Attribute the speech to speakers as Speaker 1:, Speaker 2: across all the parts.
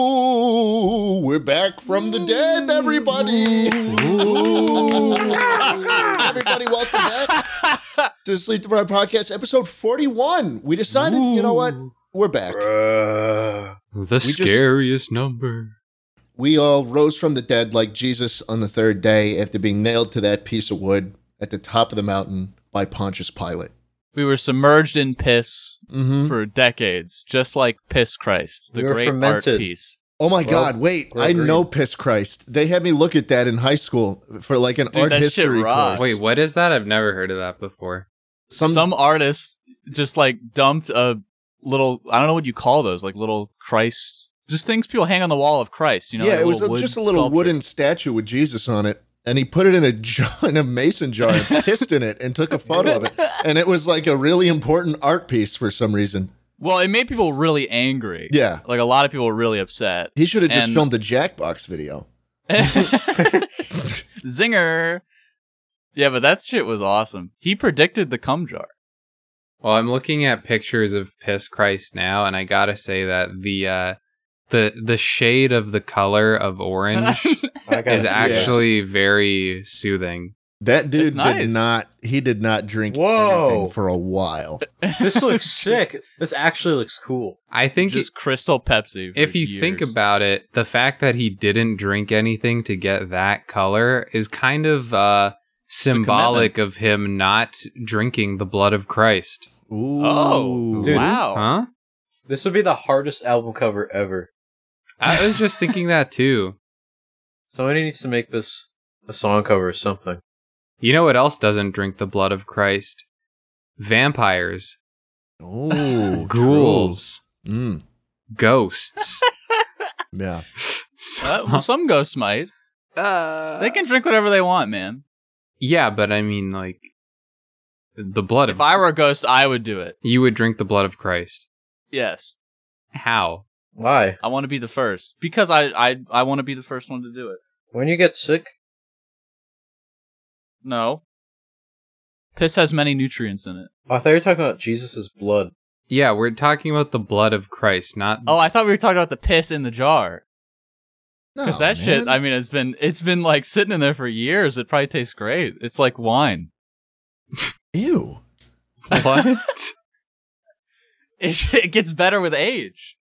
Speaker 1: Ooh, we're back from the dead, everybody. everybody, welcome back to the Sleep Deprived Podcast, episode 41. We decided, you know what? We're back.
Speaker 2: The
Speaker 1: just-
Speaker 2: scariest number.
Speaker 1: We all rose from the dead like Jesus on the third day after being nailed to that piece of wood at the top of the mountain by Pontius Pilate.
Speaker 3: We were submerged in piss
Speaker 1: hmm
Speaker 3: for decades, just like Piss Christ, the
Speaker 4: We were
Speaker 3: great
Speaker 4: fermented.
Speaker 3: art piece.
Speaker 1: Oh my
Speaker 4: Well,
Speaker 1: God, wait.
Speaker 4: we're
Speaker 1: I
Speaker 4: agreed.
Speaker 1: know Piss Christ. They had me look at that in high school for like an
Speaker 3: Dude,
Speaker 1: art
Speaker 3: that shit
Speaker 1: history course.
Speaker 3: rocks.
Speaker 2: Wait, what is that? I've never heard of that before.
Speaker 1: Some-
Speaker 3: Some, artist just like dumped a little, I don't know what you call those, like little Christ, just things people hang on the wall of Christ, you know?
Speaker 1: yeah,
Speaker 3: like
Speaker 1: it was a,
Speaker 3: little wood
Speaker 1: just a little
Speaker 3: sculpture.
Speaker 1: wooden statue with Jesus on it, and he put it in a jar, in a mason jar, and pissed in it, and took a photo of it, and it was like a really important art piece for some reason.
Speaker 3: Well, it made people really angry.
Speaker 1: Yeah,
Speaker 3: Like a lot of people were really upset.
Speaker 1: he should have just
Speaker 3: And-
Speaker 1: filmed a Jackbox video.
Speaker 3: Zinger. Yeah, but that shit was awesome. He predicted the cum jar.
Speaker 2: Well, I'm looking at pictures of Piss Christ now, and I gotta say that the uh, the the shade of the color of orange
Speaker 4: I gotta
Speaker 2: is
Speaker 4: see
Speaker 2: actually very soothing.
Speaker 1: That dude
Speaker 3: It's nice.
Speaker 1: did not. He did not drink
Speaker 4: Whoa.
Speaker 1: anything for a while.
Speaker 4: this. This looks sick. This actually looks cool.
Speaker 2: I think
Speaker 3: just crystal Pepsi. for
Speaker 2: if you think
Speaker 3: years.
Speaker 2: about it, the fact that he didn't drink anything to get that color is kind of uh, symbolic of him not drinking the blood of Christ.
Speaker 1: Ooh.
Speaker 3: Oh,
Speaker 4: Dude.
Speaker 3: wow.
Speaker 2: Huh?
Speaker 4: This would be the hardest album cover ever.
Speaker 2: I was just thinking that too.
Speaker 4: Somebody needs to make this a song cover or something.
Speaker 2: You know what else doesn't drink the blood of Christ? Vampires,
Speaker 1: Ooh,
Speaker 2: ghouls,
Speaker 1: true. Mm,
Speaker 2: ghosts.
Speaker 1: yeah.
Speaker 3: Uh, well, some ghosts might. They can drink whatever they want, man.
Speaker 2: yeah, but I mean, like, the blood
Speaker 3: If
Speaker 2: of.
Speaker 3: I were a ghost, I would do it.
Speaker 2: you would drink the blood of Christ.
Speaker 3: Yes,
Speaker 2: How?
Speaker 4: Why?
Speaker 3: I want to be the first because I I I want to be the first one to do it.
Speaker 4: When you get sick,
Speaker 3: No. Piss has many nutrients in it.
Speaker 4: oh, I thought you were talking about Jesus' blood.
Speaker 2: Yeah, we're talking about the blood of Christ, not.
Speaker 3: Oh, I thought we were talking about the piss in the jar.
Speaker 1: No,
Speaker 3: Because that shit,
Speaker 1: Oh, man.
Speaker 3: I mean, it's been it's been like sitting in there for years. It probably tastes great. It's like wine.
Speaker 1: Ew.
Speaker 2: What?
Speaker 3: It, it gets better with age.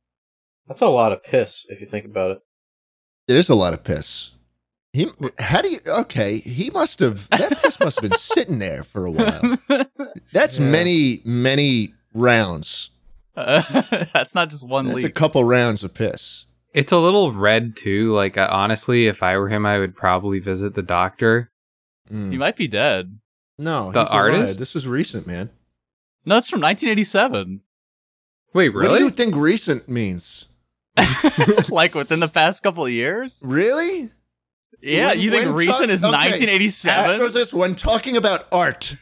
Speaker 4: That's a lot of piss if you think about it.
Speaker 1: It is a lot of piss. He, how do you? Okay, he must have. That piss must have been sitting there for a while. That's
Speaker 4: Yeah.
Speaker 1: many, many rounds.
Speaker 3: That's not just one
Speaker 1: That's a
Speaker 3: leak.
Speaker 1: couple rounds of piss.
Speaker 2: it's a little red, too. Like, I, honestly, if I were him, I would probably visit the doctor.
Speaker 1: Mm.
Speaker 3: He might be dead.
Speaker 1: no,
Speaker 2: The
Speaker 1: he's alive.
Speaker 2: artist?
Speaker 1: This is recent, man.
Speaker 3: No, it's from 1987.
Speaker 2: Wait,
Speaker 1: What do you
Speaker 2: really?
Speaker 1: think recent means?
Speaker 3: like within the past couple of years?
Speaker 1: Really?
Speaker 3: Yeah,
Speaker 1: When-
Speaker 3: you think
Speaker 1: when
Speaker 3: recent
Speaker 1: Tuck-
Speaker 3: is
Speaker 1: okay. Ask
Speaker 3: 1987?
Speaker 1: us this when talking about art.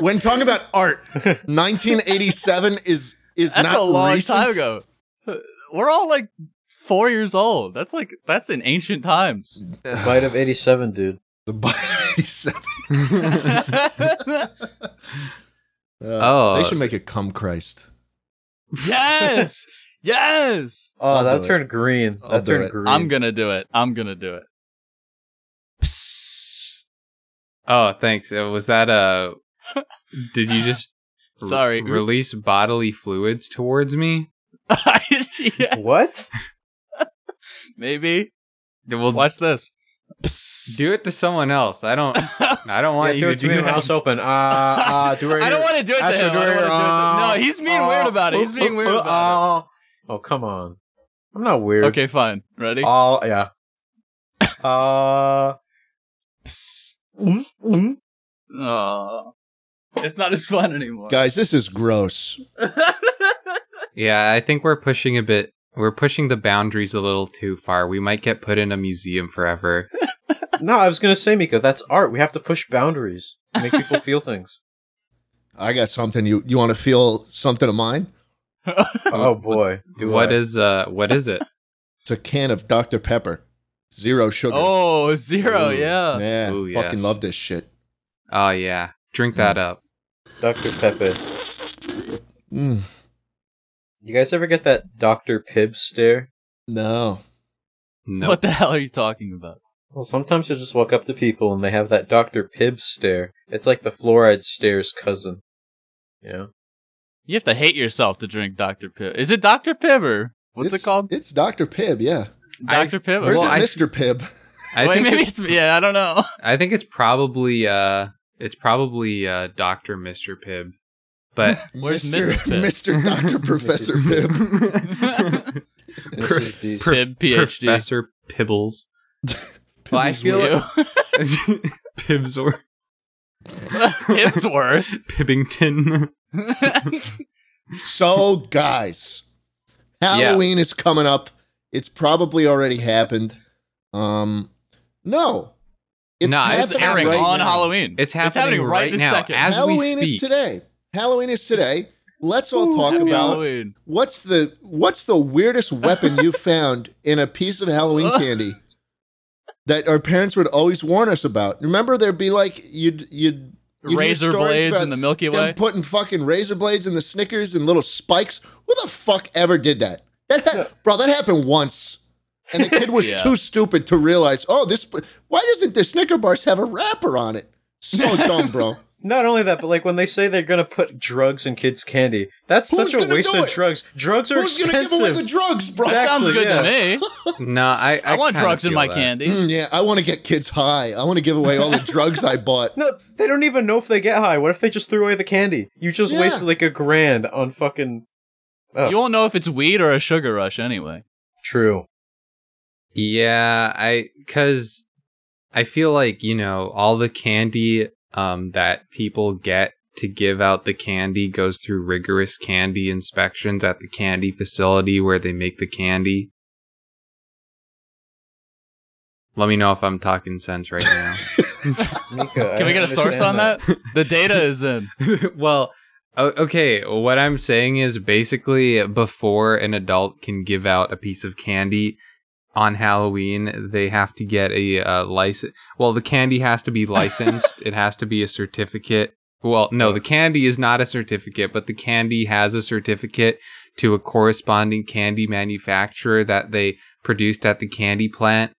Speaker 1: when talking about art, 1987 is is
Speaker 3: That's
Speaker 1: not
Speaker 3: a long
Speaker 1: recent.
Speaker 3: time ago. We're all like four years old. That's like that's in ancient times.
Speaker 4: Bite of 87, dude.
Speaker 1: The bite 87.
Speaker 3: yes,
Speaker 1: Uh,
Speaker 2: Oh.
Speaker 1: they should make it come Christ.
Speaker 3: yes.
Speaker 4: Oh,
Speaker 1: I'll
Speaker 4: that
Speaker 1: do it.
Speaker 4: turned green.
Speaker 1: I'll
Speaker 4: that
Speaker 1: do
Speaker 4: turned
Speaker 1: it.
Speaker 4: green.
Speaker 3: I'm gonna do it. I'm gonna do it. Psst.
Speaker 2: Oh, thanks. Uh, Was that a? Did you just r-
Speaker 3: Sorry. oops.
Speaker 2: release bodily fluids towards me?
Speaker 3: Yes.
Speaker 4: What?
Speaker 3: Maybe.
Speaker 2: Well,
Speaker 3: Watch this.
Speaker 2: do it to someone else. I don't. I don't
Speaker 4: Yeah,
Speaker 2: want
Speaker 4: do
Speaker 2: you
Speaker 4: it
Speaker 2: to
Speaker 4: to me.
Speaker 2: do
Speaker 4: My mouth's
Speaker 2: that.
Speaker 4: open. Uh, uh, do it right
Speaker 3: I don't
Speaker 4: here.
Speaker 3: want to do it to
Speaker 4: Astro,
Speaker 3: him. I
Speaker 4: do it
Speaker 3: don't wanna
Speaker 4: right here.
Speaker 3: do it to- No, he's being
Speaker 4: Uh,
Speaker 3: weird about it. He's
Speaker 4: uh,
Speaker 3: being
Speaker 4: uh,
Speaker 3: weird
Speaker 4: uh,
Speaker 3: about
Speaker 4: uh. Oh, come on. I'm not weird.
Speaker 3: it. Okay, fine. Ready?
Speaker 4: Oh, yeah. Uh.
Speaker 3: Psst.
Speaker 4: mm, mm.
Speaker 3: Aw. It's not as fun anymore.
Speaker 1: Guys, this is gross.
Speaker 2: Yeah, I think we're pushing a bit. We're pushing the boundaries a little too far. We might get put in a museum forever.
Speaker 4: No, I was gonna say, Miko, that's art. We have to push boundaries, make people feel things.
Speaker 1: I got something you you want to feel something of mine?
Speaker 4: Oh boy,
Speaker 2: What
Speaker 4: do
Speaker 2: is
Speaker 4: I.
Speaker 2: uh? What is it?
Speaker 1: It's a can of Dr Pepper. Zero sugar.
Speaker 3: oh, zero.
Speaker 2: Ooh.
Speaker 3: Yeah.
Speaker 1: Yeah,
Speaker 2: Ooh,
Speaker 1: fucking
Speaker 2: yes.
Speaker 1: love this shit.
Speaker 2: Oh yeah, drink that up.
Speaker 4: Dr. Pepe?
Speaker 1: Mm.
Speaker 4: You guys ever get that Dr. Pibb stare?
Speaker 1: No.
Speaker 2: No.
Speaker 3: What the hell are you talking about?
Speaker 4: Well, sometimes you'll just walk up to people and they have that Dr. Pibb stare. It's like the fluoride stare's cousin. You know?
Speaker 3: You have to hate yourself to drink Dr. Pibb. Is it Dr. Pibb or what's
Speaker 1: It's-
Speaker 3: it called?
Speaker 1: It's Dr. Pibb, yeah.
Speaker 2: I-
Speaker 3: Dr. Pibb?
Speaker 1: Or is
Speaker 2: Well,
Speaker 1: it
Speaker 2: I-
Speaker 1: Mr. Pibb?
Speaker 2: I
Speaker 3: Wait,
Speaker 2: think
Speaker 3: maybe
Speaker 2: it's,
Speaker 3: it's, yeah, I don't know.
Speaker 2: I think it's probably uh it's probably uh Dr. Mr. Pibb. But
Speaker 3: Where's
Speaker 1: Mr.
Speaker 3: Mrs. Pibb?
Speaker 1: Mr. Dr. Professor Pibb.
Speaker 4: This
Speaker 2: Perf-
Speaker 4: is the-
Speaker 2: Prof-
Speaker 3: Pibb, PhD.
Speaker 2: Professor Pibbles. Well, I
Speaker 1: Pibb's
Speaker 2: feel
Speaker 1: weird.
Speaker 2: like Pibbs or
Speaker 3: Hipsworth.
Speaker 2: Pibbington.
Speaker 1: So, guys, Halloween is coming up. It's probably already happened. Um, no,
Speaker 2: Nah,
Speaker 3: it's
Speaker 2: happening
Speaker 3: airing
Speaker 2: right
Speaker 3: on
Speaker 1: now.
Speaker 3: Halloween.
Speaker 2: It's happening,
Speaker 3: right
Speaker 2: right,
Speaker 3: this
Speaker 2: now
Speaker 3: second.
Speaker 2: as
Speaker 1: Halloween
Speaker 2: we
Speaker 1: is
Speaker 2: speak.
Speaker 1: today. Halloween is today. Let's all talk
Speaker 3: Happy
Speaker 1: about
Speaker 3: Halloween.
Speaker 1: what's the what's the weirdest weapon you found in a piece of Halloween candy that our parents would always warn us about. Remember, there'd be like you'd you'd You hear
Speaker 3: razor
Speaker 1: stories
Speaker 3: blades
Speaker 1: about
Speaker 3: in the Milky
Speaker 1: them
Speaker 3: Way.
Speaker 1: putting fucking razor blades in the Snickers and little spikes. Who the fuck ever did that? That ha- bro, that happened once, and the kid was
Speaker 3: Yeah.
Speaker 1: too stupid to realize. Oh, this. Why doesn't the Snicker bars have a wrapper on it? So dumb, bro.
Speaker 4: Not only that, but like when they say they're gonna put drugs in kids' candy, that's
Speaker 1: Who's
Speaker 4: such a
Speaker 1: gonna
Speaker 4: waste
Speaker 1: do
Speaker 4: of
Speaker 1: it?
Speaker 4: drugs. Drugs are
Speaker 1: Who's gonna
Speaker 4: expensive.
Speaker 1: give away the drugs, bro?
Speaker 3: That sounds
Speaker 4: Exactly,
Speaker 3: good to me.
Speaker 2: No, I
Speaker 3: I, want
Speaker 2: kinda
Speaker 3: drugs in
Speaker 2: feel
Speaker 3: my
Speaker 2: that.
Speaker 3: candy.
Speaker 1: Mm, yeah, I want to get kids high. I want to give away all the drugs I bought.
Speaker 4: no, they don't even know if they get high. What if they just threw away the candy? You just
Speaker 1: Yeah.
Speaker 4: wasted like a grand on fucking. Oh.
Speaker 2: Hmm.
Speaker 3: You won't know if it's weed or a sugar rush anyway.
Speaker 4: True.
Speaker 2: Yeah, I cuz I feel like, you know, all the candy um that people get to give out the candy goes through rigorous candy inspections at the candy facility where they make the candy. Let me know if I'm talking sense right now.
Speaker 4: Mika, uh,
Speaker 3: Can
Speaker 4: I
Speaker 3: we get a
Speaker 4: understand
Speaker 3: source on that? the data is in.
Speaker 2: well, o- okay, what I'm saying is basically before an adult can give out a piece of candy on Halloween, they have to get a uh, license. Well, the candy has to be licensed. it has to be a certificate. Well, no, the candy is not a certificate, but the candy has a certificate to a corresponding candy manufacturer that they produced at the candy plant.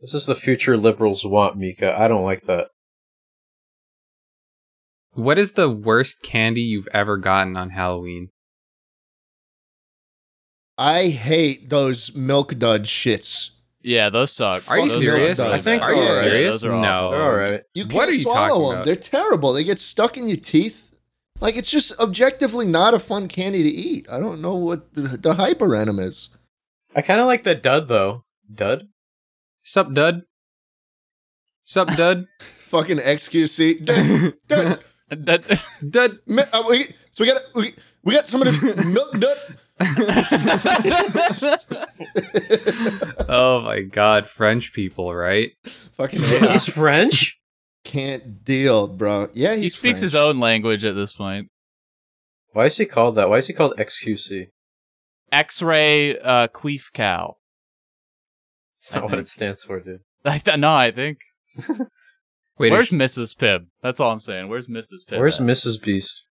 Speaker 4: This is the future liberals want, Mika. I don't like that.
Speaker 2: What is the worst candy you've ever gotten on Halloween?
Speaker 1: I hate those milk dud shits.
Speaker 3: Yeah, those suck.
Speaker 2: Are you
Speaker 3: Those
Speaker 2: serious?
Speaker 1: are
Speaker 3: suck.
Speaker 1: I
Speaker 4: think-
Speaker 2: are you
Speaker 4: those are-
Speaker 2: serious?
Speaker 3: those are awful.
Speaker 2: no.
Speaker 4: They're all right.
Speaker 1: You can't
Speaker 2: What are you talking
Speaker 1: swallow them.
Speaker 2: about?
Speaker 1: They're terrible. They get stuck in your teeth. Like it's just objectively not a fun candy to eat. I don't know what the, the hype around 'em is.
Speaker 4: I kind of like the dud though. Dud.
Speaker 2: Sup, dud? Sup, dud?
Speaker 1: Fucking XQC. Dude, dude,
Speaker 3: That-
Speaker 2: dud.
Speaker 1: mi- uh, we, so we got we, we got some of this milk dud.
Speaker 2: Oh my god, French people, right?
Speaker 1: Fucking hate
Speaker 4: He's
Speaker 1: it.
Speaker 4: French.
Speaker 1: can't deal, bro. Yeah,
Speaker 3: he
Speaker 1: he's
Speaker 3: speaks his
Speaker 1: French.
Speaker 3: own language at this point.
Speaker 4: Why is he called that? Why is he called XQC?
Speaker 3: X-ray uh, queef cow.
Speaker 4: That's
Speaker 3: I
Speaker 4: not what
Speaker 3: think.
Speaker 4: it stands for, dude.
Speaker 3: I th- no, I think.
Speaker 2: Wait,
Speaker 3: Where's
Speaker 2: is,
Speaker 3: Mrs. Pibb? That's all I'm saying. Where's Mrs. Pibb?
Speaker 4: Where's
Speaker 3: at?
Speaker 4: Mrs. Beast?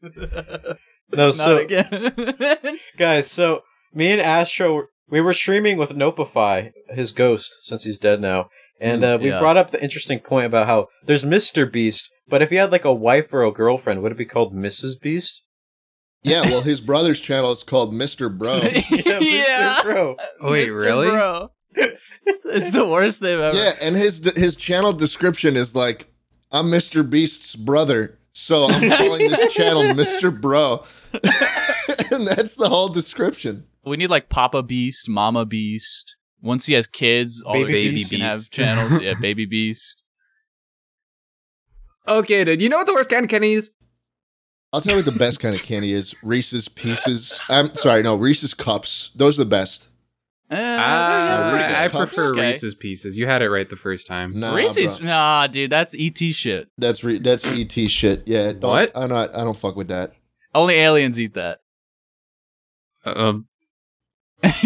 Speaker 4: no,
Speaker 3: Not
Speaker 4: so
Speaker 3: again.
Speaker 4: guys, so me and Astro, we were streaming with Nopify, his ghost, since he's dead now, and uh, we
Speaker 3: Hmm, yeah.
Speaker 4: brought up the interesting point about how there's Mr. Beast, but if he had like a wife or a girlfriend, would it be called Mrs. Beast?
Speaker 1: Yeah, well, his brother's channel is called Mr.
Speaker 2: Oh.
Speaker 1: Bro.
Speaker 3: yeah.
Speaker 4: Mr. Bro.
Speaker 2: wait,
Speaker 3: Mr.
Speaker 2: really?
Speaker 3: Bro. It's, it's the worst name ever.
Speaker 1: yeah, and his his channel description is like, "I'm Mr. Beast's brother, so I'm calling this channel Mr. Bro," and that's the whole description.
Speaker 3: We need like Papa Beast, Mama Beast. Once he has kids, all
Speaker 4: Baby
Speaker 3: the baby
Speaker 4: Beast.
Speaker 3: can have
Speaker 2: Beast.
Speaker 3: channels. Yeah, Baby Beast.
Speaker 2: Okay, dude, you know what the worst kind of candy is?
Speaker 1: I'll tell you what the best kind of candy is: Reese's Pieces. I'm sorry, no, Reese's Cups. Those are the best.
Speaker 3: Uh,
Speaker 2: Ah,
Speaker 1: Reese's
Speaker 2: I, I
Speaker 1: Cups.
Speaker 2: prefer
Speaker 3: Okay.
Speaker 2: Reese's Pieces. You had it right the first time.
Speaker 1: Nah,
Speaker 3: Reese's.
Speaker 1: bro.
Speaker 3: Nah, dude, that's ET shit.
Speaker 1: That's re- that's ET shit. Yeah, don't,
Speaker 2: What?
Speaker 1: I'm not. I don't fuck with that.
Speaker 3: Only aliens eat that.
Speaker 2: Um,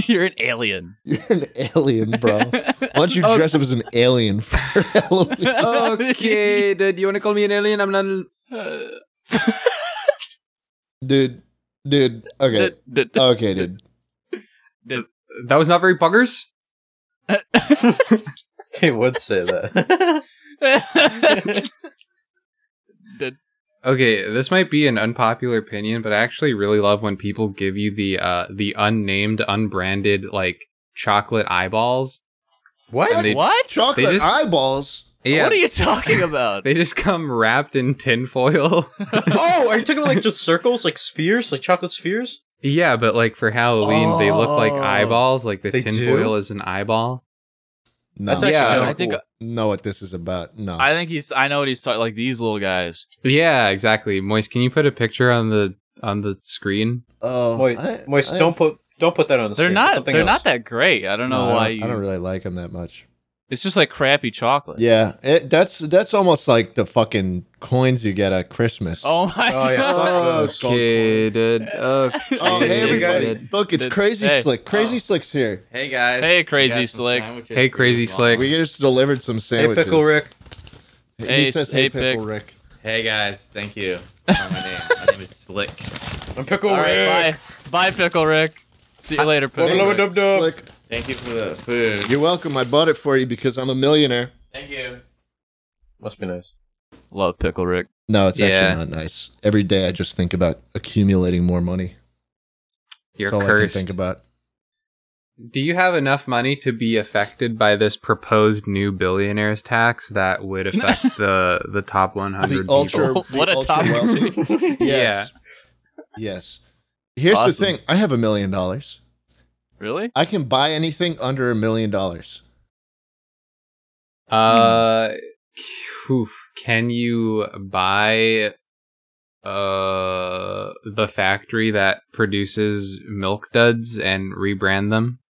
Speaker 3: You're an alien.
Speaker 1: You're an alien, bro. Why don't you
Speaker 2: Oh.
Speaker 1: dress up as an
Speaker 2: um.
Speaker 1: alien for Halloween?
Speaker 2: dude, you want to call me an alien? I'm not.
Speaker 3: Uh,
Speaker 1: dude, dude. Okay,
Speaker 3: D- d-
Speaker 1: okay, dude.
Speaker 2: That was not very buggers.
Speaker 4: He would say that.
Speaker 2: Okay, this might be an unpopular opinion, but I actually really love when people give you the uh the unnamed, unbranded like chocolate eyeballs.
Speaker 4: what?
Speaker 2: And they-
Speaker 3: what?
Speaker 1: Chocolate
Speaker 2: They just-
Speaker 1: eyeballs.
Speaker 2: Yeah,
Speaker 3: What are you talking about?
Speaker 2: they just come wrapped in tinfoil.
Speaker 4: oh, are you talking about like just circles, like spheres, like chocolate spheres?
Speaker 2: yeah, but like for Halloween, they look like
Speaker 3: Oh.
Speaker 2: eyeballs. Like the
Speaker 4: They
Speaker 2: tinfoil
Speaker 4: do?
Speaker 2: is an eyeball.
Speaker 1: No,
Speaker 4: That's actually
Speaker 2: Yeah,
Speaker 4: kinda
Speaker 3: I think-
Speaker 4: cool.
Speaker 1: know what this is about. No,
Speaker 4: Oh.
Speaker 3: I think he's. I know what he's talking. Like these little guys.
Speaker 2: Yeah, exactly. Moist, can you put a picture on the on the screen?
Speaker 1: oh,
Speaker 4: Moist,
Speaker 1: I-
Speaker 4: Moist,
Speaker 1: I-
Speaker 4: don't put don't put that on the
Speaker 3: They're
Speaker 4: screen. Put
Speaker 3: not.
Speaker 4: something
Speaker 3: They're
Speaker 4: else.
Speaker 3: not that great. I don't know
Speaker 1: no,
Speaker 3: why.
Speaker 1: I don't,
Speaker 3: you,
Speaker 1: I don't really like them that much.
Speaker 3: It's just like crappy chocolate.
Speaker 1: Yeah, it, that's that's almost like the fucking coins you get at Christmas.
Speaker 3: Oh my.
Speaker 4: Oh, yeah.
Speaker 3: God.
Speaker 1: those gold coins.
Speaker 2: dude. Okay,
Speaker 1: Oh, hey
Speaker 4: You got
Speaker 1: everybody!
Speaker 4: it.
Speaker 1: Look, it's
Speaker 3: Did-
Speaker 1: crazy
Speaker 3: hey.
Speaker 1: slick. Crazy
Speaker 5: Oh.
Speaker 1: slick's here.
Speaker 5: Hey guys.
Speaker 3: Hey, Crazy
Speaker 5: We got some
Speaker 3: Slick.
Speaker 5: sandwiches
Speaker 2: Hey,
Speaker 5: for
Speaker 2: Crazy
Speaker 5: you.
Speaker 2: Slick.
Speaker 1: We just delivered some
Speaker 4: Hey,
Speaker 1: sandwiches.
Speaker 4: Pickle Rick.
Speaker 1: He
Speaker 3: Hey,
Speaker 1: says,
Speaker 3: s-
Speaker 1: "Hey,
Speaker 3: hey,
Speaker 1: Pickle Rick."
Speaker 5: Hey guys. Thank you. That's my name. My name is Slick.
Speaker 4: I'm Pickle
Speaker 3: All
Speaker 4: Oh, Rick.
Speaker 3: right. Bye. Bye, Pickle Rick. See you later, Pickle.
Speaker 4: Well, hello,
Speaker 3: Rick.
Speaker 4: dub dub.
Speaker 1: Slick,
Speaker 5: Thank you for the food.
Speaker 1: you're welcome. I bought it for you because I'm a millionaire.
Speaker 5: Thank you.
Speaker 4: Must be nice.
Speaker 3: Love Pickle Rick.
Speaker 1: No, it's
Speaker 2: Yeah.
Speaker 1: actually not nice. Every day I just think about accumulating more money.
Speaker 2: You're
Speaker 1: That's all
Speaker 2: cursed.
Speaker 1: I can think about.
Speaker 2: Do you have enough money to be affected by this proposed new billionaires tax that would affect the the top 100
Speaker 1: The
Speaker 2: people?
Speaker 1: ultra, the
Speaker 3: What a
Speaker 1: ultra
Speaker 3: topic.
Speaker 1: wealthy. yes. Yes. Here's
Speaker 3: Awesome.
Speaker 1: the thing. I have a million dollars.
Speaker 3: Really?
Speaker 1: I can buy anything under a million dollars.
Speaker 2: Uh, oof. can you buy uh the factory that produces milk duds and rebrand them?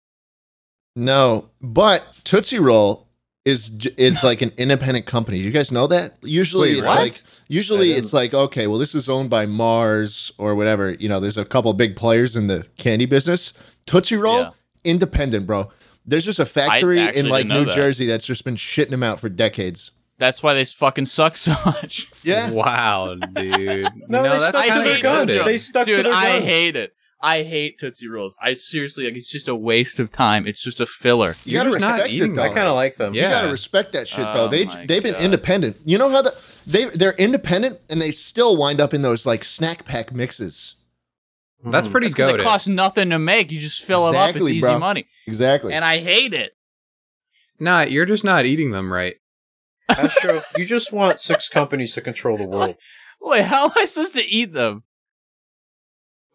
Speaker 1: No, but Tootsie Roll is j- is like an independent company. You guys know that? Usually
Speaker 4: Wait,
Speaker 1: it's
Speaker 3: what?
Speaker 1: like usually
Speaker 4: I didn't.
Speaker 1: it's like okay, well this is owned by Mars or whatever. You know, there's a couple big players in the candy business. Tootsie Roll
Speaker 3: Yeah.
Speaker 1: independent, bro. There's just a factory
Speaker 3: actually
Speaker 1: in like
Speaker 3: didn't know
Speaker 1: New
Speaker 3: that.
Speaker 1: Jersey that's just been shitting them out for decades.
Speaker 3: That's why they fucking suck so much.
Speaker 1: Yeah.
Speaker 2: Wow, dude.
Speaker 4: No, they stuck
Speaker 3: kinda
Speaker 4: to their
Speaker 3: hate
Speaker 4: guns.
Speaker 3: Tootsie Roll.
Speaker 4: They stuck to
Speaker 3: Dude,
Speaker 4: their guns.
Speaker 3: I hate it. I hate Tootsie Rolls. I seriously like it's just a waste of time. It's just a filler.
Speaker 1: You
Speaker 2: You're
Speaker 1: gotta
Speaker 2: just not
Speaker 1: respect it
Speaker 2: eating
Speaker 1: though.
Speaker 4: I kind of like them.
Speaker 1: You gotta
Speaker 2: Yeah.
Speaker 1: respect that shit
Speaker 3: Oh
Speaker 1: though. They
Speaker 3: my
Speaker 1: they've been
Speaker 3: God.
Speaker 1: independent. You know how the they they're independent and they still wind up in those like snack pack mixes.
Speaker 2: That's pretty
Speaker 3: It's 'cause
Speaker 2: good.
Speaker 3: it costs nothing to make. You just fill them up.
Speaker 1: Exactly,
Speaker 3: It's easy
Speaker 1: bro.
Speaker 3: money.
Speaker 1: Exactly.
Speaker 3: And I hate it.
Speaker 2: Nah, you're just not eating them right.
Speaker 4: Astro, you just want six companies to control the world.
Speaker 3: Wait, how am I supposed to eat them?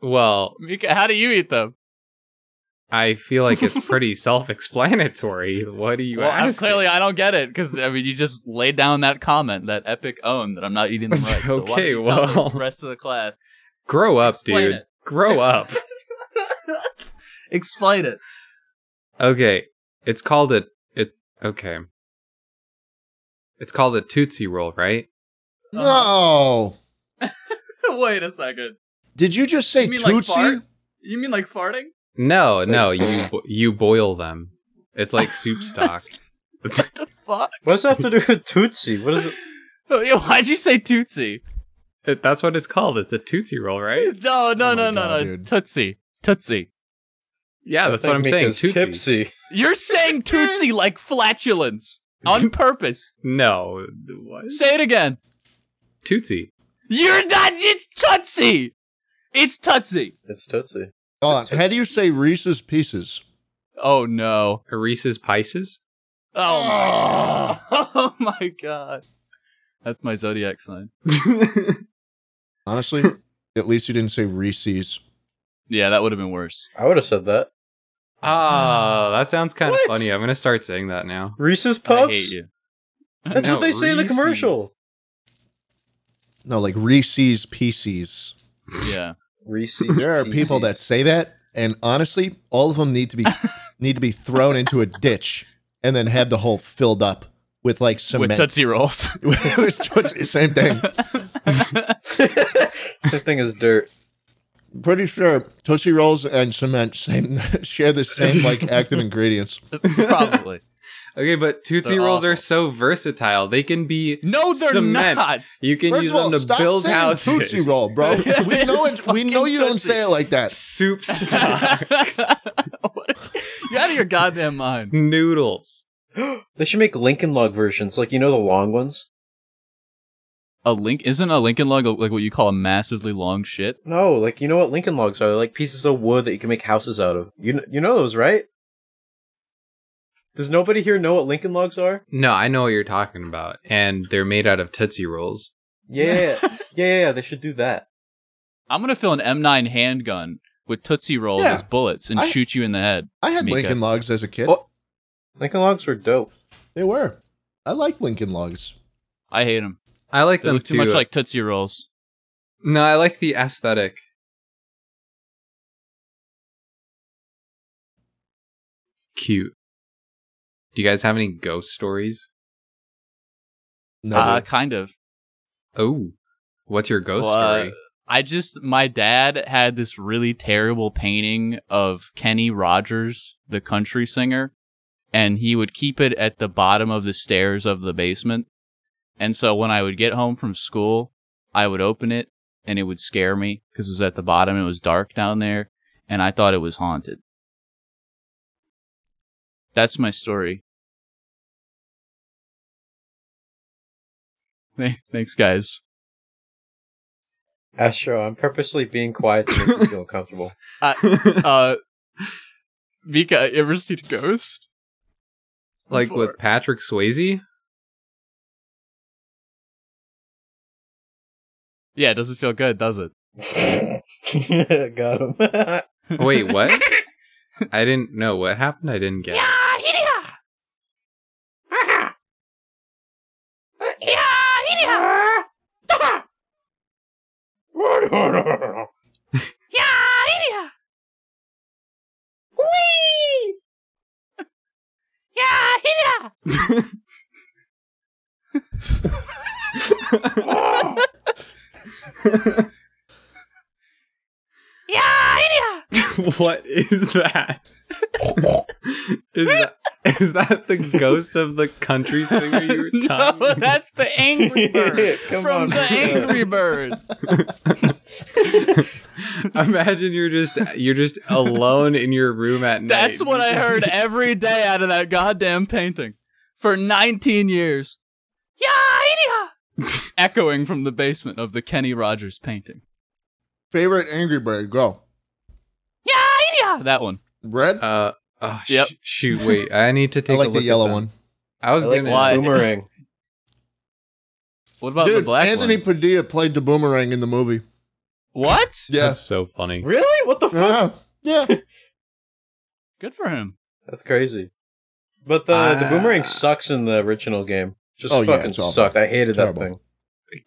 Speaker 2: Well,
Speaker 3: Mika, how do you eat them?
Speaker 2: I feel like it's pretty self-explanatory. What do you
Speaker 3: well, I'm
Speaker 2: asking?
Speaker 3: clearly I don't get it because I mean you just laid down that comment that Epic owned that I'm not eating them right. So why don't
Speaker 2: Okay,
Speaker 3: you tell
Speaker 2: well.
Speaker 3: the rest of the class.
Speaker 2: Grow up,
Speaker 3: Explain
Speaker 2: dude.
Speaker 3: it.
Speaker 2: Grow up.
Speaker 3: Explain it.
Speaker 2: okay, it's called a it. Okay, it's called a tootsie roll, right?
Speaker 3: uh-huh.
Speaker 1: no.
Speaker 3: Wait a second.
Speaker 1: Did you just say
Speaker 3: You mean like
Speaker 1: Tootsie?
Speaker 3: fart? You mean like farting?
Speaker 2: No, no, you bo- you boil them. It's like soup stock.
Speaker 3: What the fuck?
Speaker 4: What does that have to do with Tootsie? What is it?
Speaker 3: Oh, yeah, Why'd you say Tootsie?
Speaker 2: It- that's what it's called. It's a tootsie roll, right?
Speaker 3: No, no,
Speaker 1: Oh my
Speaker 3: no, no,
Speaker 1: God,
Speaker 3: no. It's
Speaker 1: dude.
Speaker 3: Tootsie. Tootsie.
Speaker 2: Yeah, that's what I'm saying.
Speaker 4: Mika's
Speaker 2: Tootsie.
Speaker 4: Tipsy.
Speaker 3: You're saying Tootsie like flatulence on purpose.
Speaker 2: No, what?
Speaker 3: Say it again.
Speaker 2: Tootsie.
Speaker 3: You're not. It's Tootsie. It's Tootsie.
Speaker 4: It's Tootsie.
Speaker 1: Hold on. Uh, How do you say Reese's Pieces?
Speaker 3: Oh no.
Speaker 2: Reese's Pieces.
Speaker 3: Oh my. Oh my God. That's my zodiac sign.
Speaker 1: Honestly, at least you didn't say Reese's.
Speaker 3: Yeah, that would have been worse.
Speaker 4: I would have said that.
Speaker 2: Ah, that sounds kind of
Speaker 4: What?
Speaker 2: funny. I'm gonna start saying that now.
Speaker 4: Reese's
Speaker 3: I hate
Speaker 4: Puffs.
Speaker 3: you.
Speaker 4: That's what they say in the commercial.
Speaker 1: No, like Reese's Pieces.
Speaker 3: Yeah.
Speaker 4: Reese's.
Speaker 1: There are people
Speaker 4: Pieces.
Speaker 1: that say that, and honestly, all of them need to be need to be thrown into a ditch and then have the hole filled up with like cement.
Speaker 3: With Tootsie rolls.
Speaker 1: It was Tootsie, Same thing.
Speaker 4: Same thing as dirt.
Speaker 1: Pretty sure Tootsie Rolls and cement same share the same like active ingredients.
Speaker 3: Probably.
Speaker 2: Okay, but Tootsie
Speaker 3: They're
Speaker 2: Rolls are
Speaker 3: awful.
Speaker 2: so versatile. They can be.
Speaker 3: No, they're
Speaker 2: Cement.
Speaker 3: not.
Speaker 2: You can
Speaker 1: First
Speaker 2: use
Speaker 1: of all,
Speaker 2: them to
Speaker 1: stop
Speaker 2: build
Speaker 1: saying
Speaker 2: houses.
Speaker 1: Tootsie Roll, bro. We know
Speaker 3: It's
Speaker 1: it. We know
Speaker 3: fucking
Speaker 1: you don't
Speaker 3: Tootsie.
Speaker 1: say it like that.
Speaker 2: Soup
Speaker 3: You're
Speaker 2: stock.
Speaker 3: out of your goddamn mind.
Speaker 2: Noodles.
Speaker 4: They should make Lincoln Log versions, like you know the long ones.
Speaker 3: A link isn't a Lincoln log a- like what you call a massively long shit?
Speaker 4: No, like you know what Lincoln Logs are? They're like pieces of wood that you can make houses out of. You kn- you know those, right? Does nobody here know what Lincoln Logs are?
Speaker 2: No, I know what you're talking about. And they're made out of Tootsie Rolls.
Speaker 4: Yeah, yeah, yeah, yeah. They should do that.
Speaker 3: I'm gonna fill an M9 handgun with Tootsie Rolls
Speaker 1: Yeah.
Speaker 3: as bullets and
Speaker 1: I-
Speaker 3: shoot you in the head.
Speaker 1: I had
Speaker 3: Mika.
Speaker 1: Lincoln Logs as a kid.
Speaker 4: Oh. Lincoln Logs were dope.
Speaker 1: They were. I like Lincoln Logs.
Speaker 3: I hate them.
Speaker 2: I like
Speaker 3: They
Speaker 2: them
Speaker 3: look too
Speaker 1: uh,
Speaker 3: much like Tootsie Rolls.
Speaker 2: No, I like the aesthetic. It's cute. Do you guys have any ghost stories?
Speaker 1: No,
Speaker 3: Uh,
Speaker 1: dude.
Speaker 3: kind of.
Speaker 2: Oh, what's your ghost
Speaker 3: Well, uh,
Speaker 2: story?
Speaker 3: I just my dad had this really terrible painting of Kenny Rogers, the country singer, and he would keep it at the bottom of the stairs of the basement. And so when I would get home from school, I would open it and it would scare me because it was at the bottom and it was dark down there and I thought it was haunted. That's my story. Thanks guys.
Speaker 4: Astro, I'm purposely being quiet to make you feel uncomfortable.
Speaker 3: uh Vika, you ever seen a ghost?
Speaker 2: like
Speaker 3: before.
Speaker 2: with Patrick Swayze?
Speaker 3: Yeah, it doesn't feel good, does it?
Speaker 4: Got him.
Speaker 2: Wait, what? I didn't know what happened. I didn't get. it. what is that? is that is that the ghost of the country singer you were talking?
Speaker 3: no, that's the Angry Bird.
Speaker 4: Come
Speaker 3: from
Speaker 4: on,
Speaker 3: the
Speaker 4: Vika.
Speaker 3: Angry Birds.
Speaker 2: Imagine you're just you're just alone in your room at night.
Speaker 3: That's what I heard every day out of that goddamn painting for 19 years. Yeah, idiot! Echoing from the basement of the Kenny Rogers painting.
Speaker 1: favorite Angry Bird. Go
Speaker 3: Yeah, idiot! Ah, That one.
Speaker 1: red.
Speaker 2: Uh, oh, sh-
Speaker 3: Yep.
Speaker 2: Shoot, wait. I need to
Speaker 1: I
Speaker 2: take. a
Speaker 1: like
Speaker 2: look
Speaker 1: the
Speaker 2: at
Speaker 1: yellow
Speaker 2: them.
Speaker 1: one.
Speaker 2: I was
Speaker 4: I like
Speaker 2: gonna.
Speaker 3: why-
Speaker 4: boomerang.
Speaker 3: What about the
Speaker 1: Dude,
Speaker 3: black
Speaker 1: Anthony
Speaker 3: one?
Speaker 1: Padilla played the boomerang in the movie.
Speaker 3: What?
Speaker 2: That's
Speaker 1: Yes.
Speaker 2: so funny.
Speaker 4: Really? What the fuck?
Speaker 1: Yeah. Uh-huh. yeah.
Speaker 3: Good for him.
Speaker 4: That's crazy. But the the
Speaker 2: Ah.
Speaker 4: boomerang sucks in the original game. Just
Speaker 1: Oh, yeah,
Speaker 4: fucking
Speaker 1: it's awful.
Speaker 4: sucked. I hated
Speaker 1: Terrible.
Speaker 4: that thing.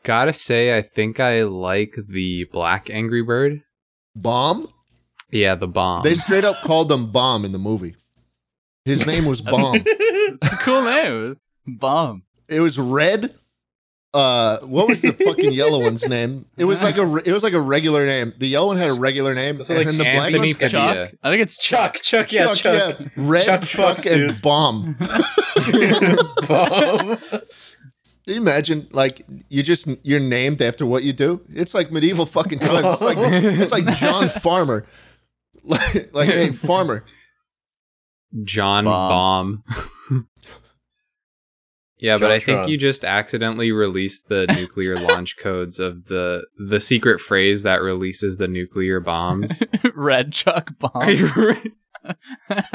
Speaker 2: Gotta say, I think I like the black Angry Bird.
Speaker 1: Bomb.
Speaker 2: Yeah, the bomb.
Speaker 1: They straight up called him Bomb in the movie. His name was Bomb.
Speaker 3: It's a cool name. Bomb.
Speaker 1: it was red. Uh, what was the fucking yellow one's name? It was like a re- it was like a regular name. The yellow one had a regular name,
Speaker 4: Was it
Speaker 1: and
Speaker 4: like
Speaker 1: then the black
Speaker 2: Anthony
Speaker 1: one.
Speaker 2: Padilla?
Speaker 3: Chuck? I think it's Chuck.
Speaker 4: Chuck, Chuck, yeah, Chuck.
Speaker 1: Red
Speaker 4: Chuck
Speaker 1: Chuck,
Speaker 4: fucks,
Speaker 1: and
Speaker 4: dude.
Speaker 1: Bomb.
Speaker 4: Bomb.
Speaker 1: Can you imagine, like you just you're named after what you do? It's like medieval fucking times. It's like it's like John Farmer. Like, like hey, Farmer.
Speaker 2: John
Speaker 3: Bomb.
Speaker 2: Bomb. yeah, but I think
Speaker 4: Jontron.
Speaker 2: you just accidentally released the nuclear launch codes of the the secret phrase that releases the nuclear bombs.
Speaker 3: Red Chuck
Speaker 2: Are
Speaker 3: Bomb.
Speaker 2: you right?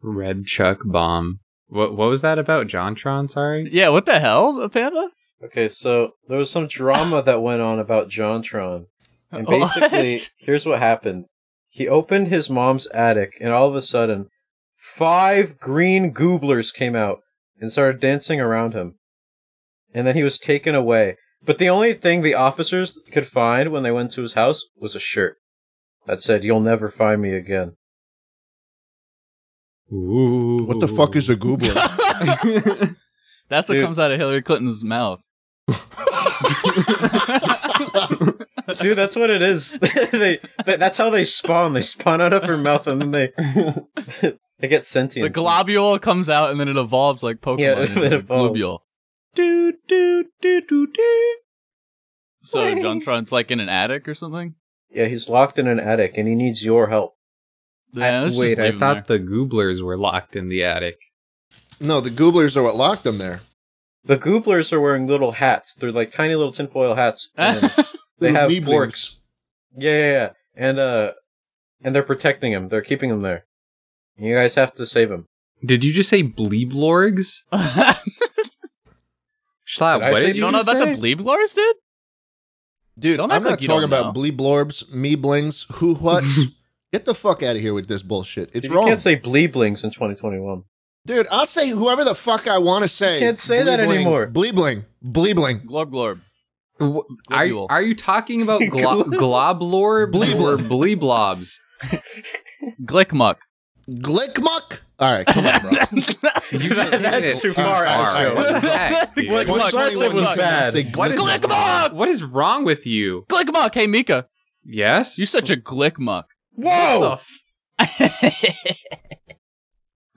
Speaker 2: Red Chuck Bomb. What what was that about Jontron? Sorry.
Speaker 3: yeah, what the hell, Panda?
Speaker 4: okay, so there was some drama that went on about Jontron. And basically,
Speaker 3: What?
Speaker 4: here's what happened. He opened his mom's attic, and all of a sudden, five green gooblers came out and started dancing around him. And then he was taken away. But the only thing the officers could find when they went to his house was a shirt that said, You'll never find me again.
Speaker 2: Ooh.
Speaker 1: What the fuck is a goobler?
Speaker 3: That's what
Speaker 4: Dude.
Speaker 3: comes out of Hillary Clinton's mouth.
Speaker 4: Dude, that's what it is. they, that- that's how they spawn. They spawn out of her mouth, and then they They get sentient.
Speaker 3: The globule comes out and then it evolves like Pokemon.
Speaker 4: Yeah,
Speaker 3: into
Speaker 4: it
Speaker 3: a
Speaker 4: evolves.
Speaker 3: Globule.
Speaker 4: Do do do do do.
Speaker 3: So Juntron's like in an attic or something.
Speaker 4: Yeah, he's locked in an attic and he needs your help.
Speaker 3: Yeah, let's just
Speaker 2: Wait,
Speaker 3: leave
Speaker 2: I
Speaker 3: him
Speaker 2: thought
Speaker 3: there.
Speaker 2: the Gooblers were locked in the attic.
Speaker 1: No, the Gooblers are what locked them there.
Speaker 4: The Gooblers are wearing little hats. They're like tiny little tinfoil hats. And they
Speaker 1: Little
Speaker 4: have
Speaker 1: weeblings.
Speaker 4: forks. Yeah, yeah, yeah. And uh and they're protecting him. They're keeping him there. And you guys have to save him.
Speaker 2: Did you just say Bleeblorgs? Schlapp,
Speaker 4: Did I
Speaker 2: what
Speaker 4: say-
Speaker 3: you
Speaker 2: did you
Speaker 3: don't know
Speaker 2: just
Speaker 3: about
Speaker 2: say?
Speaker 3: the Bleeblars, dude?
Speaker 1: Dude,
Speaker 3: Don't
Speaker 1: I'm
Speaker 3: act
Speaker 1: not
Speaker 3: like you
Speaker 1: talking
Speaker 3: don't know.
Speaker 1: about blee blorbs, me blings, who whats. Get the fuck out of here with this bullshit. It's
Speaker 4: Dude,
Speaker 1: wrong.
Speaker 4: You can't say bleeblings in 2021.
Speaker 1: Dude, I'll say whoever the fuck I want to say.
Speaker 4: You can't say that anymore.
Speaker 1: Bleebling. Bleebling.
Speaker 3: Glorb Glorb.
Speaker 2: Wh- Are,
Speaker 3: Globule.
Speaker 2: are you talking about glo- Globlorgs or
Speaker 1: Bleeblorb.
Speaker 2: Bleeblobs?
Speaker 3: Glickmuck.
Speaker 1: Glickmuck? All right, come on, bro.
Speaker 2: You just hit
Speaker 4: That's
Speaker 2: it
Speaker 4: too far, Astro.
Speaker 2: What is that, dude?
Speaker 3: What-
Speaker 1: Once
Speaker 3: Glickmuck,
Speaker 1: anyone
Speaker 4: Glickmuck.
Speaker 1: is gonna say
Speaker 2: What is-
Speaker 1: Glickmuck-
Speaker 3: Glickmuck!
Speaker 2: what is wrong with you?
Speaker 3: Glickmuck. Hey, Mika.
Speaker 2: Yes?
Speaker 3: You're such a Glickmuck.
Speaker 2: What the
Speaker 4: Whoa!
Speaker 2: f-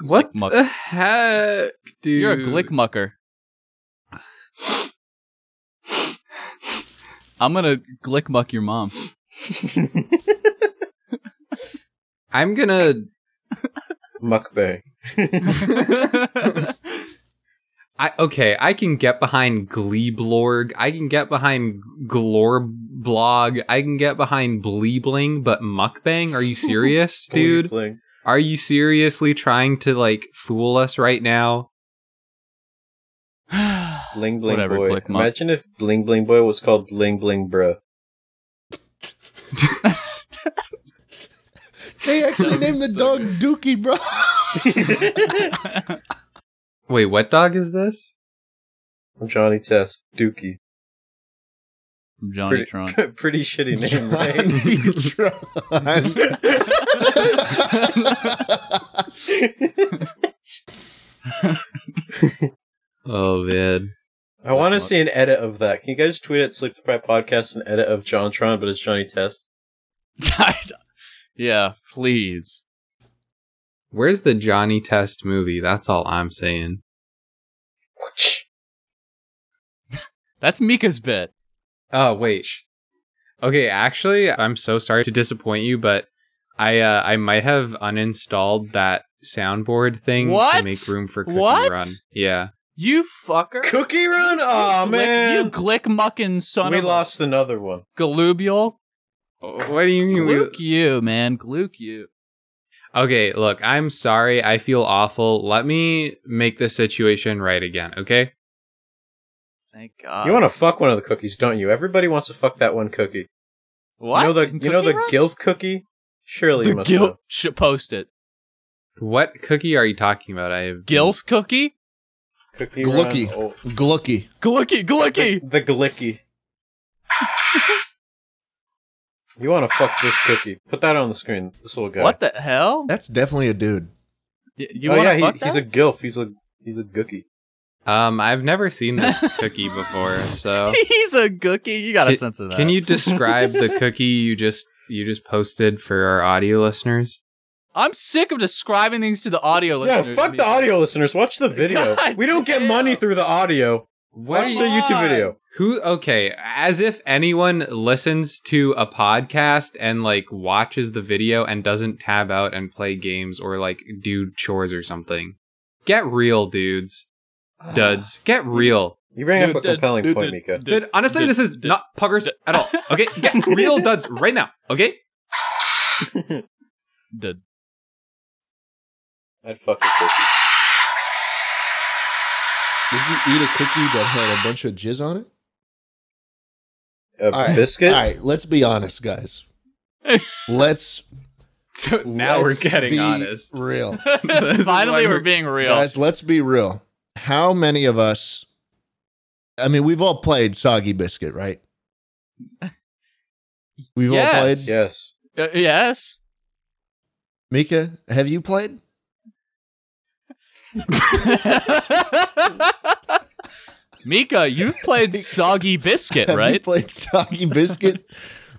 Speaker 2: What
Speaker 3: Glickmuck.
Speaker 2: the heck, dude?
Speaker 3: You're a Glickmucker. I'm gonna Glickmuck your mom.
Speaker 2: I'm gonna.
Speaker 4: Muckbay.
Speaker 2: I okay. I can get behind Gleeblorg. I can get behind Glorblog. I can get behind Bleebling. But Muckbang? Are you serious, dude?
Speaker 4: Bleebling.
Speaker 2: Are you seriously trying to like fool us right now?
Speaker 4: Bling Bling
Speaker 3: Whatever,
Speaker 4: Boy.
Speaker 3: Glickmuck.
Speaker 4: Imagine if Bling Bling Boy was called Bling Bling Bruh.
Speaker 1: They actually named the
Speaker 5: So
Speaker 1: dog
Speaker 5: good.
Speaker 1: Dookie, bro.
Speaker 2: Wait, what dog is this?
Speaker 4: I'm Johnny Test. Dookie.
Speaker 3: Johnny
Speaker 4: Pretty,
Speaker 3: Tron.
Speaker 4: pretty shitty name, right?
Speaker 1: Johnny Tron.
Speaker 2: Oh man.
Speaker 4: I want to see an edit of that. Can you guys tweet at Sleep Deprived Podcast an edit of Jontron, but it's Johnny Test?
Speaker 3: yeah, please.
Speaker 2: Where's the Johnny Test movie? That's all I'm saying.
Speaker 3: That's Mika's bit.
Speaker 2: Oh wait. Okay, actually, I'm so sorry to disappoint you, but I uh, I might have uninstalled that soundboard thing to
Speaker 3: What?
Speaker 2: make room for Cookie
Speaker 3: What?
Speaker 2: Run. Yeah.
Speaker 3: You fucker.
Speaker 4: Cookie Run? Aw,
Speaker 3: Glick-
Speaker 4: man.
Speaker 3: You Glickmucking son
Speaker 4: we
Speaker 3: of
Speaker 4: lost another one.
Speaker 3: a galubule.
Speaker 2: What do you mean? we-
Speaker 3: Gluke you, man. Gluke you.
Speaker 2: Okay, look, I'm sorry. I feel awful. Let me make this situation right again, okay?
Speaker 3: Thank God.
Speaker 4: you want to fuck one of the cookies, don't you? Everybody wants to fuck that one cookie.
Speaker 3: What?
Speaker 4: You know the
Speaker 3: In
Speaker 4: you know the
Speaker 3: Cookie Run?
Speaker 4: Gilf cookie? Surely you
Speaker 3: The
Speaker 4: must
Speaker 3: Gil-
Speaker 4: know.
Speaker 3: sh- post it.
Speaker 2: What cookie are you talking about? I have
Speaker 3: Gilf cookie?
Speaker 4: Cookie
Speaker 1: Glucky.
Speaker 4: Run. Oh,
Speaker 1: Glucky.
Speaker 3: Glucky,
Speaker 4: the,
Speaker 3: glucky.
Speaker 4: the Glicky. you want to fuck this cookie? Put that on the screen. This little guy.
Speaker 3: What the hell?
Speaker 1: That's definitely a dude.
Speaker 3: Y- You
Speaker 4: oh
Speaker 3: want to
Speaker 4: yeah, he-
Speaker 3: fuck
Speaker 4: he's a
Speaker 3: that?
Speaker 4: Gilf. He's a he's a gookie.
Speaker 2: Um, I've never seen this cookie before, so
Speaker 3: he's a cookie. You got to
Speaker 2: Can-
Speaker 3: censor that.
Speaker 2: Can you describe the cookie you just you just posted for our audio listeners?
Speaker 3: I'm sick of describing things to the audio
Speaker 4: Yeah,
Speaker 3: listeners.
Speaker 4: fuck the audio listeners. Watch the video.
Speaker 3: God
Speaker 4: we don't get
Speaker 3: damn.
Speaker 4: money through the audio.
Speaker 2: What are
Speaker 4: Watch
Speaker 2: you-
Speaker 4: the YouTube
Speaker 3: on.
Speaker 4: video.
Speaker 2: who okay, as if anyone listens to a podcast and like watches the video and doesn't tab out and play games or like do chores or something. Get real, dudes. Duds. Get real.
Speaker 4: You bring
Speaker 1: Dude,
Speaker 4: up a
Speaker 1: dude,
Speaker 4: compelling
Speaker 1: dude,
Speaker 4: point,
Speaker 1: dude,
Speaker 4: Mika.
Speaker 2: Dude, honestly, this is not puggers at all. Okay? Get real duds right now. Okay?
Speaker 3: Dud.
Speaker 4: I'd fuck the cookie.
Speaker 1: Did you eat a cookie that had a bunch of jizz on it?
Speaker 4: A
Speaker 1: All right.
Speaker 4: biscuit.
Speaker 1: All right, let's be honest, guys. Let's
Speaker 2: So now we're
Speaker 1: let's
Speaker 2: getting
Speaker 1: be
Speaker 2: honest.
Speaker 1: Real.
Speaker 2: This is
Speaker 3: Finally,
Speaker 2: why
Speaker 3: we're
Speaker 2: we're-
Speaker 3: being real.
Speaker 1: Guys, let's be real. How many of us I mean, we've all played Soggy Biscuit, right? We've
Speaker 3: Yes.
Speaker 1: all played.
Speaker 4: Yes.
Speaker 3: Uh, yes.
Speaker 1: Mika, have you played?
Speaker 3: Mika, you've played Soggy Biscuit,
Speaker 1: Have you
Speaker 3: right?
Speaker 1: played Soggy Biscuit?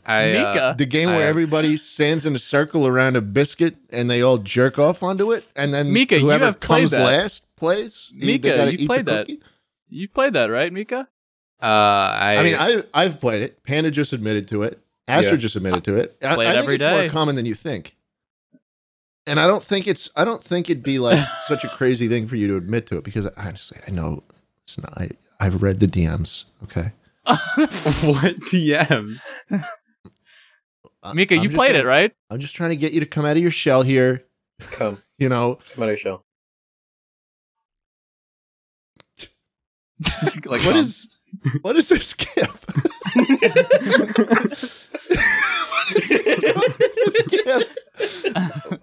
Speaker 2: I uh,
Speaker 3: Mika.
Speaker 1: The game where
Speaker 2: I-
Speaker 1: everybody stands in a circle around a biscuit and they all jerk off onto it, and then
Speaker 3: Mika, you
Speaker 1: whoever
Speaker 3: have played
Speaker 1: comes
Speaker 3: that.
Speaker 1: last plays. They
Speaker 3: Mika,
Speaker 1: gotta
Speaker 3: you
Speaker 1: eat the
Speaker 3: played that.
Speaker 1: cookie.
Speaker 3: you played that, right, Mika?
Speaker 2: uh, I,
Speaker 1: I mean, I I've played it. Panda just admitted to it. Astro
Speaker 4: Yeah.
Speaker 1: just admitted to it. I,
Speaker 3: Play it
Speaker 1: I think
Speaker 3: every
Speaker 1: it's
Speaker 3: day.
Speaker 1: more common than you think. And I don't think it's I don't think it'd be like such a crazy thing for you to admit to it because honestly, I know it's not. I I've read the DMs. Okay,
Speaker 2: what DM?
Speaker 1: I-
Speaker 3: Mika,
Speaker 1: I'm
Speaker 3: you
Speaker 1: just
Speaker 3: played
Speaker 1: trying-
Speaker 3: it, right?
Speaker 1: I'm just trying to get you to come out of your shell here.
Speaker 4: Come,
Speaker 1: You know,
Speaker 4: come out of your shell.
Speaker 3: like
Speaker 1: what
Speaker 3: um,
Speaker 1: is what is this skip?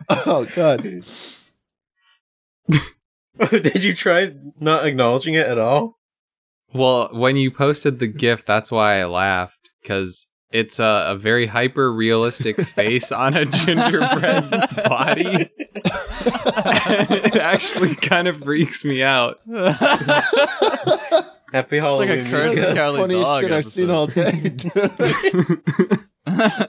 Speaker 1: oh god.
Speaker 4: Did you try not acknowledging it at all?
Speaker 2: Well, when you posted the GIF, that's why I laughed because it's a, a very hyper realistic face on a gingerbread body. it actually kind of freaks me out.
Speaker 3: like a
Speaker 4: Happy Halloween.
Speaker 3: curse.
Speaker 4: Mika.
Speaker 1: That's the
Speaker 3: Cowardly
Speaker 1: funniest
Speaker 3: Dog
Speaker 1: shit I've seen
Speaker 3: episode.
Speaker 1: all day.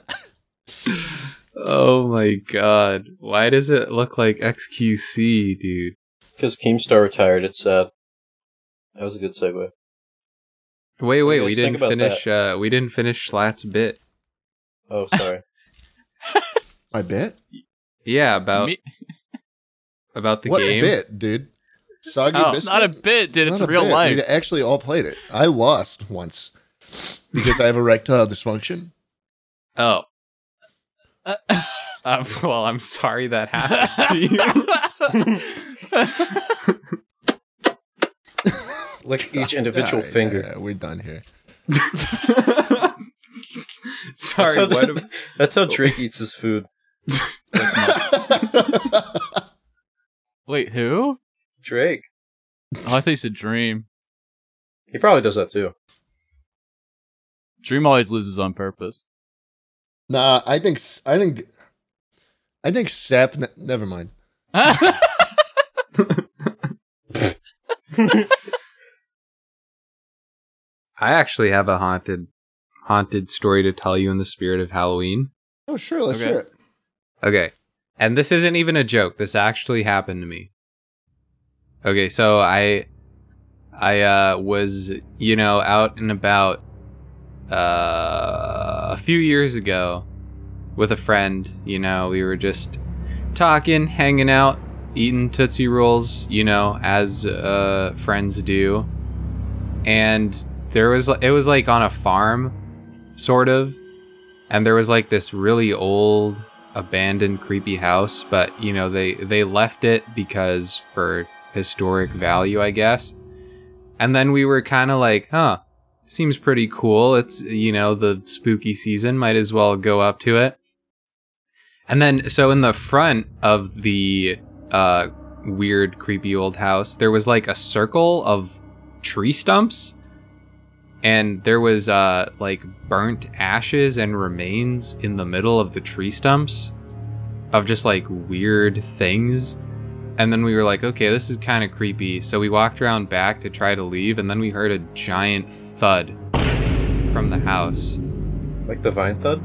Speaker 1: dude.
Speaker 2: Oh my god! Why does it look like XQC, dude?
Speaker 4: Because Keemstar retired, it's sad. That was a good segue.
Speaker 2: Wait, wait,
Speaker 4: guys,
Speaker 2: we
Speaker 4: think
Speaker 2: didn't
Speaker 4: about
Speaker 2: finish. Uh, we didn't finish Schlatt's bit.
Speaker 4: Oh, sorry.
Speaker 1: My bit?
Speaker 2: Yeah, about
Speaker 3: Me-
Speaker 2: about the
Speaker 1: what
Speaker 2: game.
Speaker 1: bit, dude? Soggy
Speaker 3: Oh,
Speaker 1: biscuit?
Speaker 3: it's not a bit, dude. It's,
Speaker 1: not a
Speaker 3: real
Speaker 1: bit.
Speaker 3: life.
Speaker 1: We actually all played it. I lost once because I have erectile dysfunction.
Speaker 2: Oh,
Speaker 3: Uh,
Speaker 2: um, well, I'm sorry that happened to you.
Speaker 4: Like each individual
Speaker 1: All right,
Speaker 4: finger.
Speaker 1: yeah, yeah, we're done here.
Speaker 2: sorry,
Speaker 4: That's how-
Speaker 2: what? If-
Speaker 4: That's how Drake eats his food.
Speaker 3: Wait, who?
Speaker 4: Drake.
Speaker 3: Oh, I thought you said Dream.
Speaker 4: He probably does that too.
Speaker 3: Dream always loses on purpose.
Speaker 1: nah, I think s- I think I think Sap. Ne- never mind.
Speaker 2: I actually have a haunted, haunted story to tell you in the spirit of Halloween.
Speaker 1: Oh sure, let's
Speaker 3: Okay.
Speaker 1: hear it.
Speaker 2: Okay, and this isn't even a joke. This actually happened to me. Okay, so I, I uh, was you know out and about uh, a few years ago with a friend. You know, we were just talking, hanging out, eating Tootsie Rolls, you know, as uh, friends do. And there was, it was like on a farm, sort of. And there was like this really old, abandoned, creepy house, but, you know, they, they left it because for historic value, I guess. And then we were kind of like, huh, seems pretty cool. It's, you know, the spooky season, might as well go up to it. And then, so in the front of the uh, weird, creepy old house, there was like a circle of tree stumps, and there was uh, like burnt ashes and remains in the middle of the tree stumps of just like weird things. And then we were like, okay, this is kind of creepy. So we walked around back to try to leave, and then we heard a giant thud from the house.
Speaker 4: Like the vine thud?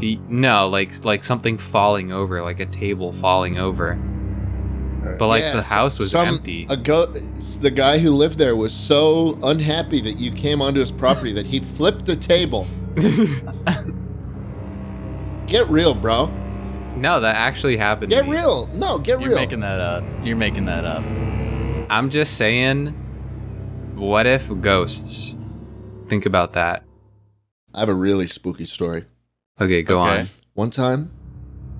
Speaker 2: Y- No, like like something falling over, like a table falling over.
Speaker 4: Alright.
Speaker 2: But like
Speaker 1: Yeah,
Speaker 2: the
Speaker 1: so-
Speaker 2: house was
Speaker 1: some-
Speaker 2: empty.
Speaker 1: A go- the guy who lived there was so unhappy that you came onto his property that he flipped the table. Get real, bro.
Speaker 2: no, that actually happened. to
Speaker 1: Get
Speaker 2: me.
Speaker 1: real. No, get
Speaker 3: You're
Speaker 1: real.
Speaker 3: making that up. You're making that up.
Speaker 2: I'm just saying, what if ghosts? Think about that.
Speaker 1: I have a really spooky story.
Speaker 2: Okay, go
Speaker 3: Okay.
Speaker 2: on.
Speaker 1: One time,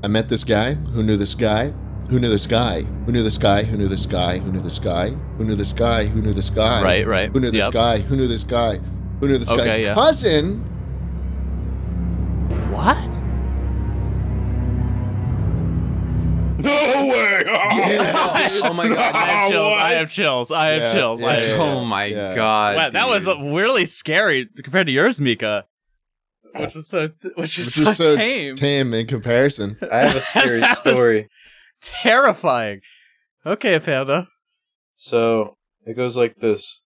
Speaker 1: I met this guy who knew this guy who knew this guy who knew this guy who knew this guy who knew this guy who knew this guy who knew this guy
Speaker 3: Right, right.
Speaker 1: who knew this
Speaker 3: Yep.
Speaker 1: guy who knew this guy who knew this
Speaker 3: Okay,
Speaker 1: guy's
Speaker 3: yeah.
Speaker 1: cousin
Speaker 3: What?
Speaker 4: No way!
Speaker 1: Yeah, dude.
Speaker 2: Oh my god.
Speaker 4: Oh,
Speaker 3: I have chills. I have chills.
Speaker 4: what?
Speaker 3: I have
Speaker 1: Yeah,
Speaker 3: chills. I have
Speaker 1: yeah, yeah.
Speaker 3: chills.
Speaker 2: oh my
Speaker 1: yeah.
Speaker 2: god.
Speaker 3: Wow, that was
Speaker 2: dude.
Speaker 3: uh, really scary compared to yours, Mika. Which was so, which is
Speaker 1: Which
Speaker 3: so,
Speaker 1: was so
Speaker 3: tame,
Speaker 1: Tim in comparison.
Speaker 4: I have a scary
Speaker 3: That was-
Speaker 4: story.
Speaker 3: terrifying. Okay, Panda.
Speaker 4: So it goes like this.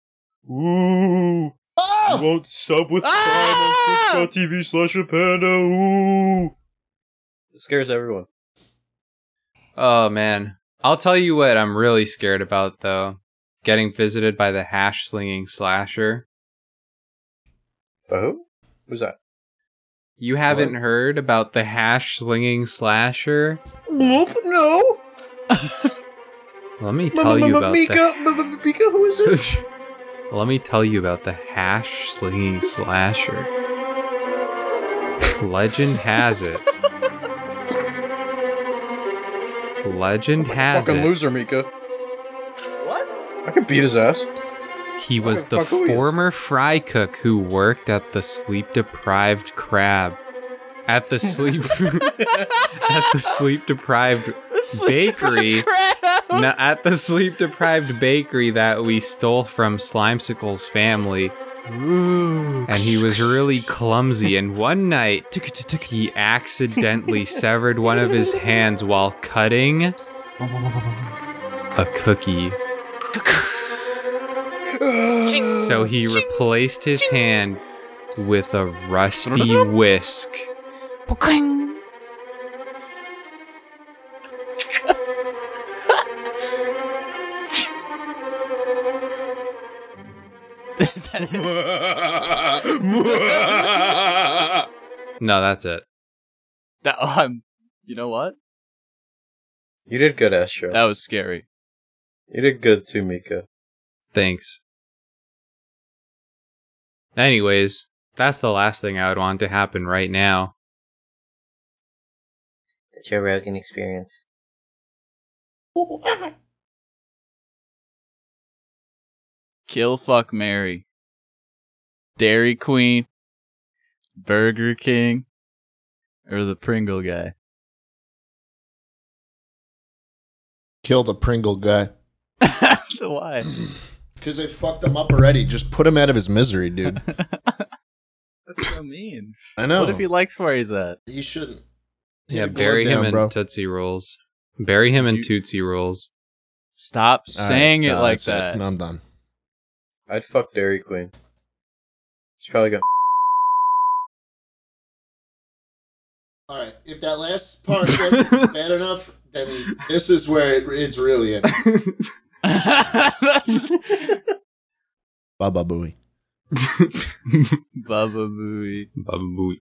Speaker 4: Ooh.
Speaker 1: Oh!
Speaker 4: won't sub with
Speaker 3: Ah!
Speaker 4: Prime on twitch.tv slash a panda. Ooh. It scares everyone.
Speaker 2: Oh man. I'll tell you what I'm really scared about though. Getting visited by the hash slinging slasher.
Speaker 4: By who? Who's that?
Speaker 2: You haven't heard about the hash slinging slasher?
Speaker 4: Nope, no.
Speaker 2: Let me
Speaker 4: M-
Speaker 2: tell
Speaker 4: m-
Speaker 2: you
Speaker 4: m-
Speaker 2: about the
Speaker 4: Mika, m- m- Mika, who is it?
Speaker 2: Let me tell you about the hash slinging slasher. Legend has it. Legend has
Speaker 4: Fucking
Speaker 2: it.
Speaker 4: loser, Mika. What? I could beat his ass.
Speaker 2: He was
Speaker 4: the
Speaker 2: the
Speaker 4: fuck who he is.
Speaker 2: former fry cook who worked at the sleep deprived crab. At the sleep at the sleep deprived bakery. No, at the sleep deprived bakery that we stole from Slimesicle's family. And he was really clumsy and one night he accidentally severed one of his hands while cutting a cookie. So he replaced his hand with a rusty whisk. No, that's it.
Speaker 3: That, oh, I'm, you know what?
Speaker 4: You did good, Astro.
Speaker 3: That was scary.
Speaker 4: You did good too, Mika.
Speaker 2: Thanks. Anyways, that's the last thing I would want to happen right now.
Speaker 6: The Joe Rogan experience.
Speaker 3: Kill fuck Mary. Dairy Queen. Burger King. Or the Pringle guy.
Speaker 1: Kill the Pringle guy.
Speaker 3: Why?
Speaker 1: Because they fucked him up already. Just put him out of his misery, dude.
Speaker 3: That's so mean.
Speaker 1: I know.
Speaker 3: What if he likes where he's at?
Speaker 1: he shouldn't. He
Speaker 2: Yeah,
Speaker 1: had to
Speaker 2: bury
Speaker 1: glow
Speaker 2: him
Speaker 1: down,
Speaker 2: in Tootsie Rolls. Bury him in
Speaker 3: You-
Speaker 2: Tootsie Rolls.
Speaker 3: Stop
Speaker 1: All right,
Speaker 3: saying it
Speaker 1: no,
Speaker 3: like
Speaker 1: that's
Speaker 3: that.
Speaker 1: No, I'm done.
Speaker 4: I'd fuck Dairy Queen. She's probably got.
Speaker 1: All right. If that last part wasn't bad enough, then this is where it, it's really in. Baba Booey.
Speaker 3: Baba Booey.
Speaker 2: Baba Booey.